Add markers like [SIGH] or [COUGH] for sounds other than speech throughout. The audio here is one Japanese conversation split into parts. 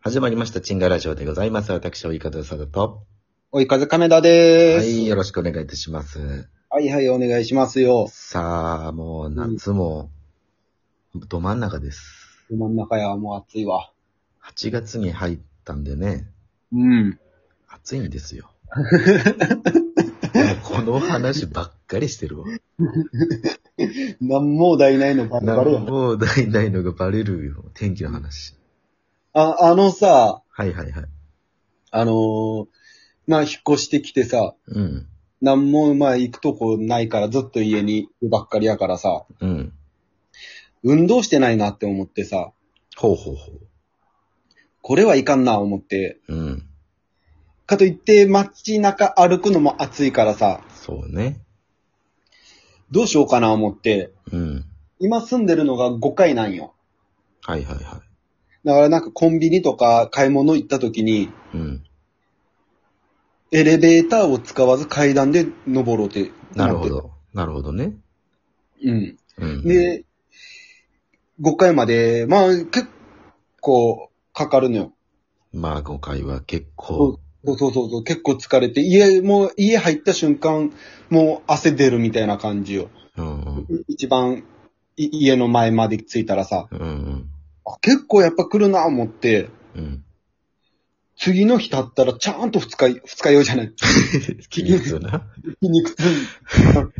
始まりました、チンガラジオでございます。私、及川さだと。おい、風亀田ではーす。い、よろしくお願いいたします。はい、はい、お願いしますよ。さあ、もう夏も、ど真ん中です。真ん中や、もう暑いわ。 8月に入ったんでね、うん。暑いんです [LAUGHS] よ。もうこの話ばっかりしてるわ。なんも題ないのバレバレやな。もうないないのがバレるよ。天気の話。あ、あのさ、はいはいはい。あのー、まあ、引っ越してきてさ、うん。なんも、まあ、行くとこないから、ずっと家にいるばっかりやからさ、うん。運動してないなって思ってさ、ほうほうほこれはいかんな思って、う。うん。かといって街中歩くのも暑いからさ、そうね。どうしようかな思って、うん。今住んでるのが5階なんよ。はいはいはだからなんかコンビニとか買い物行った時に、い。うん。エレベーターを使わず階段で登ろうって。なるほ。ど。なるほどね。うん。うん。で、5階まで、まあ結構かかるのよ。まあ、5回は結構、そうそうそうそう、結構疲れて、家、もう家入った瞬間、もう汗出るみたいな感じよ。うんうん。一番い家の前まで着いたらさ、うんうん。あ結構やっぱ来るな思って、 [LAUGHS] うん。次の日経ったらちゃんと二日、二日酔いじゃない。聞きますよな。筋肉痛。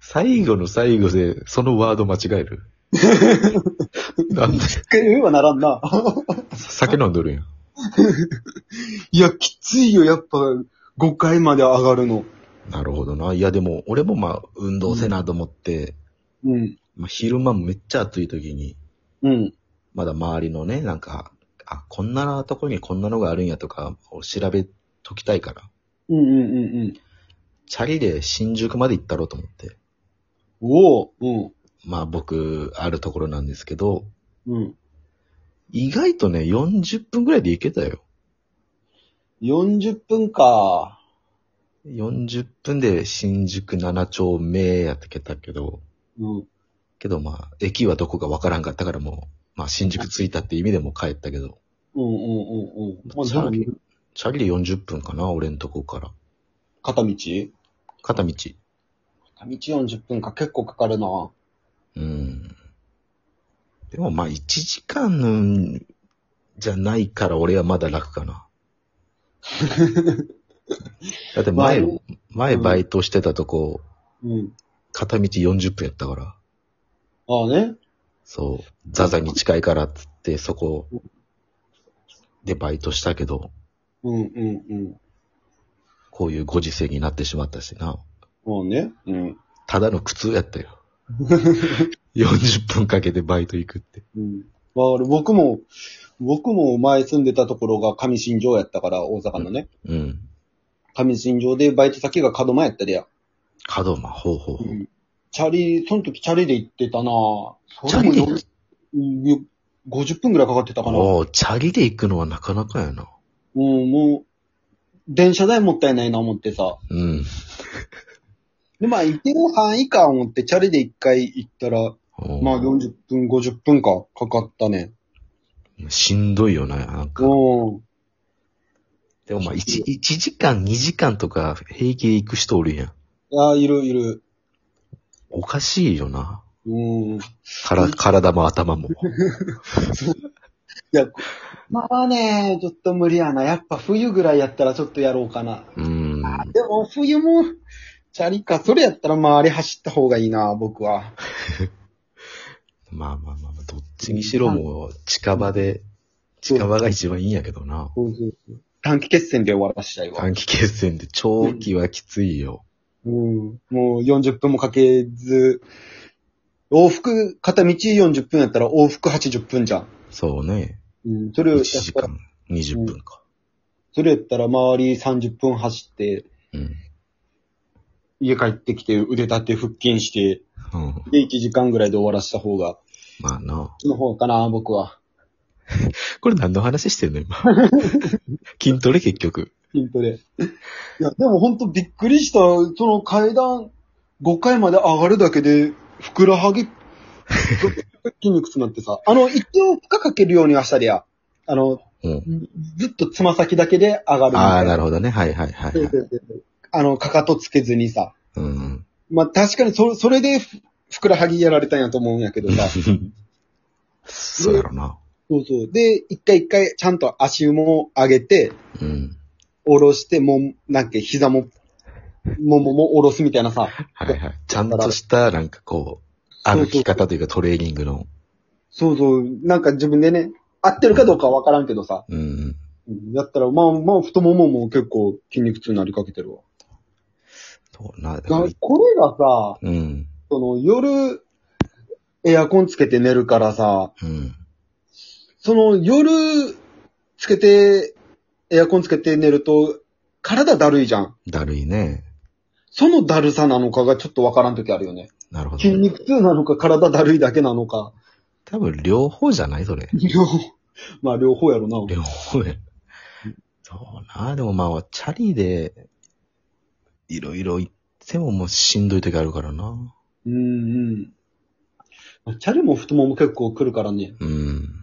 最後の最後で、そのワード間違え [LAUGHS] る。なんで、二 [LAUGHS] 日酔いはならんな。酒飲んどるやん。いや、きついよ、やっぱ、5階まで上がるの。なるほどな。いや、でも、俺もまあ、運動せなと思って、うん。まあ、昼間めっちゃ暑い時に、うん。まだ周りのね、なんか、あ、こんなとこにこんなのがあるんやとか、調べときたいから、うんうんうんうん。チャリで新宿まで行ったろうと思って。おおうん。まあ、僕、あるところなんですけど、うん。意外とね、40分ぐらいで行けたよ。 40分か。 40分で新宿7丁目やってけたけど、うん。けどまあ、駅はどこかわからんかったからもう、まあ新宿着いたって意味でも帰ったけど、うんうんうんうん。まあ、チでャもリ、チャリで40分かな、俺んとこから。片道片道。片道40分か。結構かかるな。うん。でもまあ1時間じゃないから俺はまだ楽か [LAUGHS] な。だって前、ま前バイトしてたとこ、うん。片道40分やったから。ああね。そう、ザザに近いからっつって、そこでバイトしたけど、うんうんうん。こういうご時世になってしまったしな。まあね。うん。ただの苦痛やった [LAUGHS] よ。40分かけてバイト行くって。うん。まあ、俺僕も、僕も前住んでたところが上新庄やったから、大阪のね。うん。上新庄でバイト先が門間やったでや。角間、ほうほうほう。チャリ、その時チャリで行ってたなチャリでそれもようんよ ?50 分ぐらいかかってたかな。おうチャリで行くのはなかなかやな。うん、もう、電車代もったいないな思ってさ。うん。で、まあ、行ける範囲か思って、チャリで一回行ったら、おうまあ、40分、50分か、かかったね。しんどいよな、なんか。うん。でもまあ1、一時間、2時間とか平気で行く人おるやん。ああ、いる、いる。おかしいよな。うん。いから体も頭 [LAUGHS] も。や、まあね、ちょっと無理やな。やっぱ冬ぐらいやったらちょっとやろうかな。うん。でも、冬も、チャリか。それやったら周り走った方がいいな、僕は。まあまあまあまあ、どっちにしろもう近場で、近場が一番いいんやけどな。短期決戦で終わらしたいわ。短期決戦で長期はきついよ。うん。もう40分もかけず、往復、片道40分やったら往復80分じゃん。そうね。うん。それや1っ時たら、間20分か。それやったら周り30分走って、うん。家帰ってきて腕立て腹筋して、うん。で1時間ぐらいで終わらした方が、まあな。その方かな、僕は。これ何の話してん [LAUGHS] の今。筋トレ結局。筋トレ。いや、でもほんとびっくりした。その階段5回まで上がるだけで、ふくらはぎ、筋肉詰まってさ。あの、一応負荷かけるようにはしたりや。あの、うん。ずっとつま先だけで上がるみたいな。ああ、なるほどね。はいはいはい、そはうい。そうそうあの、かかとつけずにさ。うん。まあ、確かにそ、それでふ、ふくらはぎやられたんやと思うんやけどさ。 [LAUGHS] そうやろな。そうそう。で、一回一回、ちゃんと足も上げて、うん。下ろして、もん、なんか膝も、ももも下ろすみたいなさ。はいはい。ちゃんとした、なんかこう、歩き方というかトレーニングの。そうそう。なんか自分でね、合ってるかどうかはわからんけどさ。うん。やったら、まあまあ、太ももも結構筋肉痛になりかけてるわ。そうな、だかならこれがさ、うん。その夜、エアコンつけて寝るからさ、うん。その夜、つけて、エアコンつけて寝ると、体だるいじゃん。だるいね。そのだるさなのかがちょっとわからんときあるよね。なるほ筋ど。肉痛なのか体だるいだけなのか。多分両方じゃないそれ。両方。まあ両方やろな。両方や。そうな。でもまあ、チャリで、いろいろ行ってももうしんどい時あるからな。うんうんまあ。チャリも太もも結構来るからね。うん。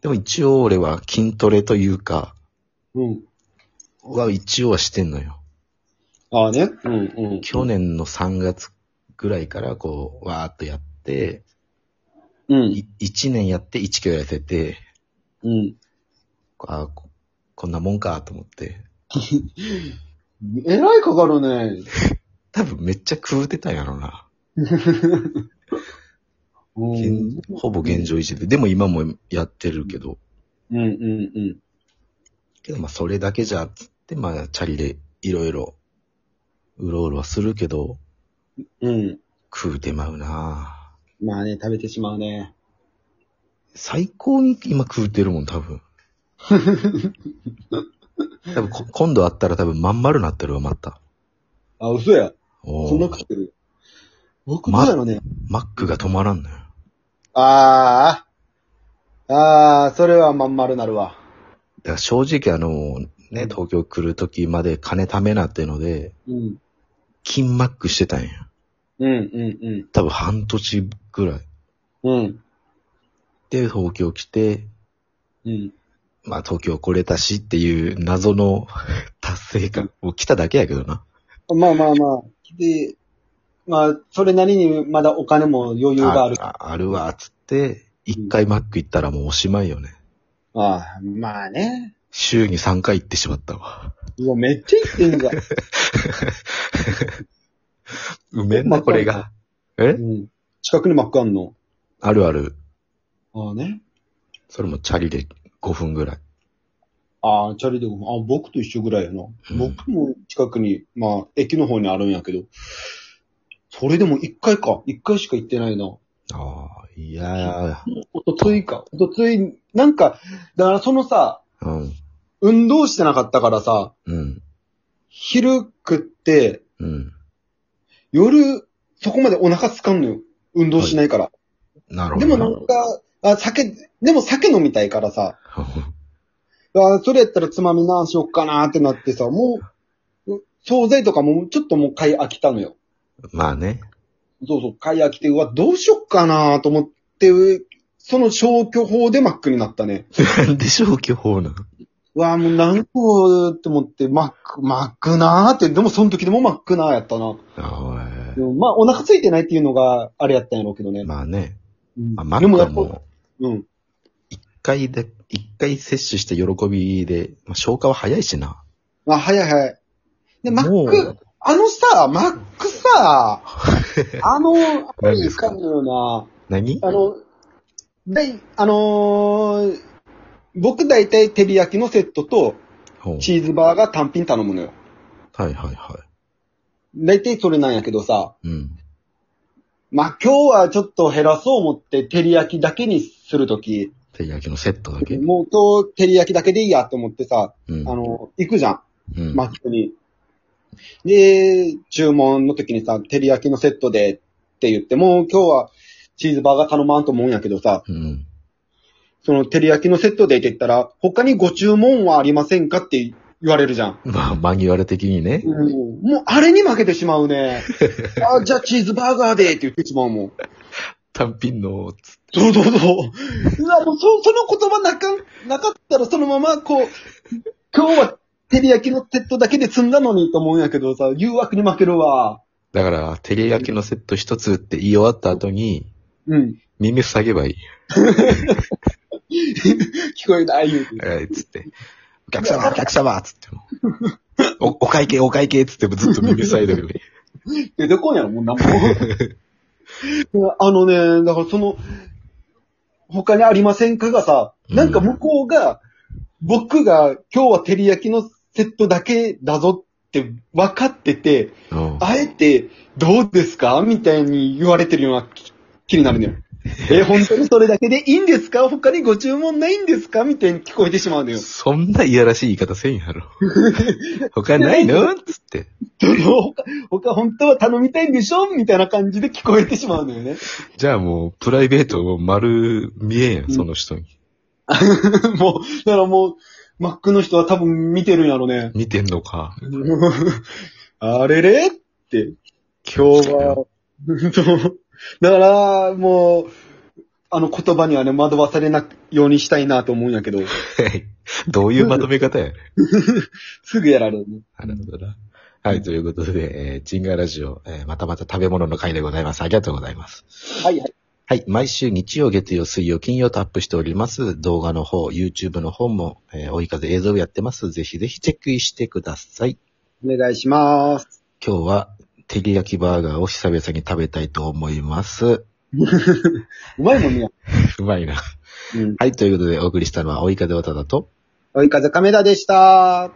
でも一応俺は筋トレというか、うん。は一応はしてんのよ。ああね。うんうん。去年の3月ぐらいからこう、わーっとやって、うん。い1年やって1キロ痩せて、うん。あーここんなもんかと思って。えらいかかるね。多分めっちゃ食うてたんやろな。うん。うげんんほぼ現状維持で。でも今もやってるけど。うんうん。けどまあそれだけじゃ、つってまあチャリでいろいろ、うろうろはするけど、うん。食うてまうなまあね、食べてしまうね。最高に今食うてるもん、多 [LAUGHS] 分。多分こ今度会ったら多分まん丸なってるわ、また。あ、嘘や。おそんなー食ってる。僕どうやろね。マックが止まらんのよ。ああ。ああ、それはまん丸なるわ。だから正直あの、ね、東京来る時まで金貯めなってので、うん。金マックしてたんや。うんうん多分半年ぐらい。うん。うん。で、東京来て、うん。まあ東京来れたしっていう謎の [LAUGHS] 達成感。もう来ただけやけどな。まあまあまあ。で、まあ、それなりにまだお金も余裕がある。ああるわ、つって、一回マック行ったらもうおしまいよね。あ、まあね。週に3回行ってしまったわ。うわ、めっちゃ言ってんじゃん。うめんな、マックこれが。えうん。近くにマックあんの。あるある。ああね。それもチャリで5分ぐらい。ああ、チャリでごめんあ僕と一緒ぐらいやな。僕も近くに、まあ、駅の方にあるんやけど。それでも一回か。一回しか行ってないな。ああ、いやおとついか。おとつい、なんか、だからそのさ、ー。うん。運動してなかったからさ、うん。昼食って、うん。夜、そこまでお腹すかんのよ。運動しないから。なるほでど。もなんか、あ、酒、でも酒飲みたいからさ、あそれやったらつまみ何しよっかなーってなってさ、もう、う惣菜とかもちょっともう買い飽きたのよ。 [LAUGHS] まあね。 [LAUGHS] そうそう、買い飽きて、うわ、どうしよっかなーと思って、その消去法でマックになったね。なんで消去法なのうわ、もう何個って思って、マック、マックなーって、でもその時でもマックなーやったな。あでもまあ、お腹空いてないっていうのが、あれやったんやろうけどねー。まあね。うんまあ、マでックもやはっもぱ、う、うん。一回で、一回摂取して喜びで、まあ、消化は早いしな。まあ、早い早い。で、マッもクう、あのさ、マック [LAUGHS] さ、あの、あ何れでですすかかのよ何な、あの、だい、あのー僕大体照り焼きのセットとほうチーズバーガー単品頼むのよ。はいはいは大体それなんやけどさ、い。うん。まあ、今日はちょっと減らそう思って照り焼きだけにするとき、照り焼きのセットだけ。もう今日照り焼きだけでいいやと思ってさ、うん。あの、行くじゃん。うん、マックに。で、注文の時にさ、照り焼きのセットでって言って、もう今日はチーズバーガー頼まんと思うんやけどさ、うん。その照り焼きのセットでって言ったら、他にご注文はありませんかって言われるじゃん。まあ、マニュアル的にね。うん [LAUGHS] もうあれに負けてしまうね。あ、じゃあチーズバーガーでって言ってしまうもん。単品の、つってそうそうそう。うわ、もうそ、その言葉なかん、なかったらそのまま、こう、今日は照り焼きのセットだけで積んだのにと思うんやけどさ、誘惑に負けるわ。だから、照り焼きのセット一つって言い終わった後に、うん。耳塞げばいい。聞こえない言うて。えーつって。お客様、お客様つっても。お、お会計、お会計つってもずっと耳塞いでるよね。出てこんやろ、もうなんも。 [LAUGHS] あのね、だからその、他にありませんかがさ、なんか向こうが、僕が今日は照り焼きのセットだけだぞって分かってて、うんあえてどうですかみたいに言われてるような気気になるのよ。え、本当にそれだけでいいんですか他にご注文ないんですかみたいに聞こえてしまうの [LAUGHS] よ。そんないやらしい言い方せんや [LAUGHS] ろ。他ないのつって。どの他、他本当は頼みたいんでしょみたいな感じで聞こえてしまうのよね。じゃあもう、プライベートを丸見えんやん、その人に。 [LAUGHS] もう、だからもう、マックの人は多分見てるんやろね。 [LAUGHS] 見てんのか。あれれって、今日は、 [LAUGHS] そうだから、もう、あの言葉にはね、惑わされないようにしたいなと思うんやけど、 [LAUGHS] どういうまとめ方や [LAUGHS] ねんすぐやられるね。なるほどな。はい、ということで、えーチンガラジオ、えーまたまた食べ物の回でございます。ありがとうございます。はいはい。はい。毎週日曜、月曜、水曜、金曜とアップしております。動画の方、YouTube の方も、えー追い風映像部やってます。ぜひぜひチェックしてください。お願いします。今日は、照り焼きバーガーを久々に食べたいと思います。うまいもんね。 [LAUGHS] うまいな。うん。はい。ということで、お送りしたのは、追い風渡だと、追い風亀田でした。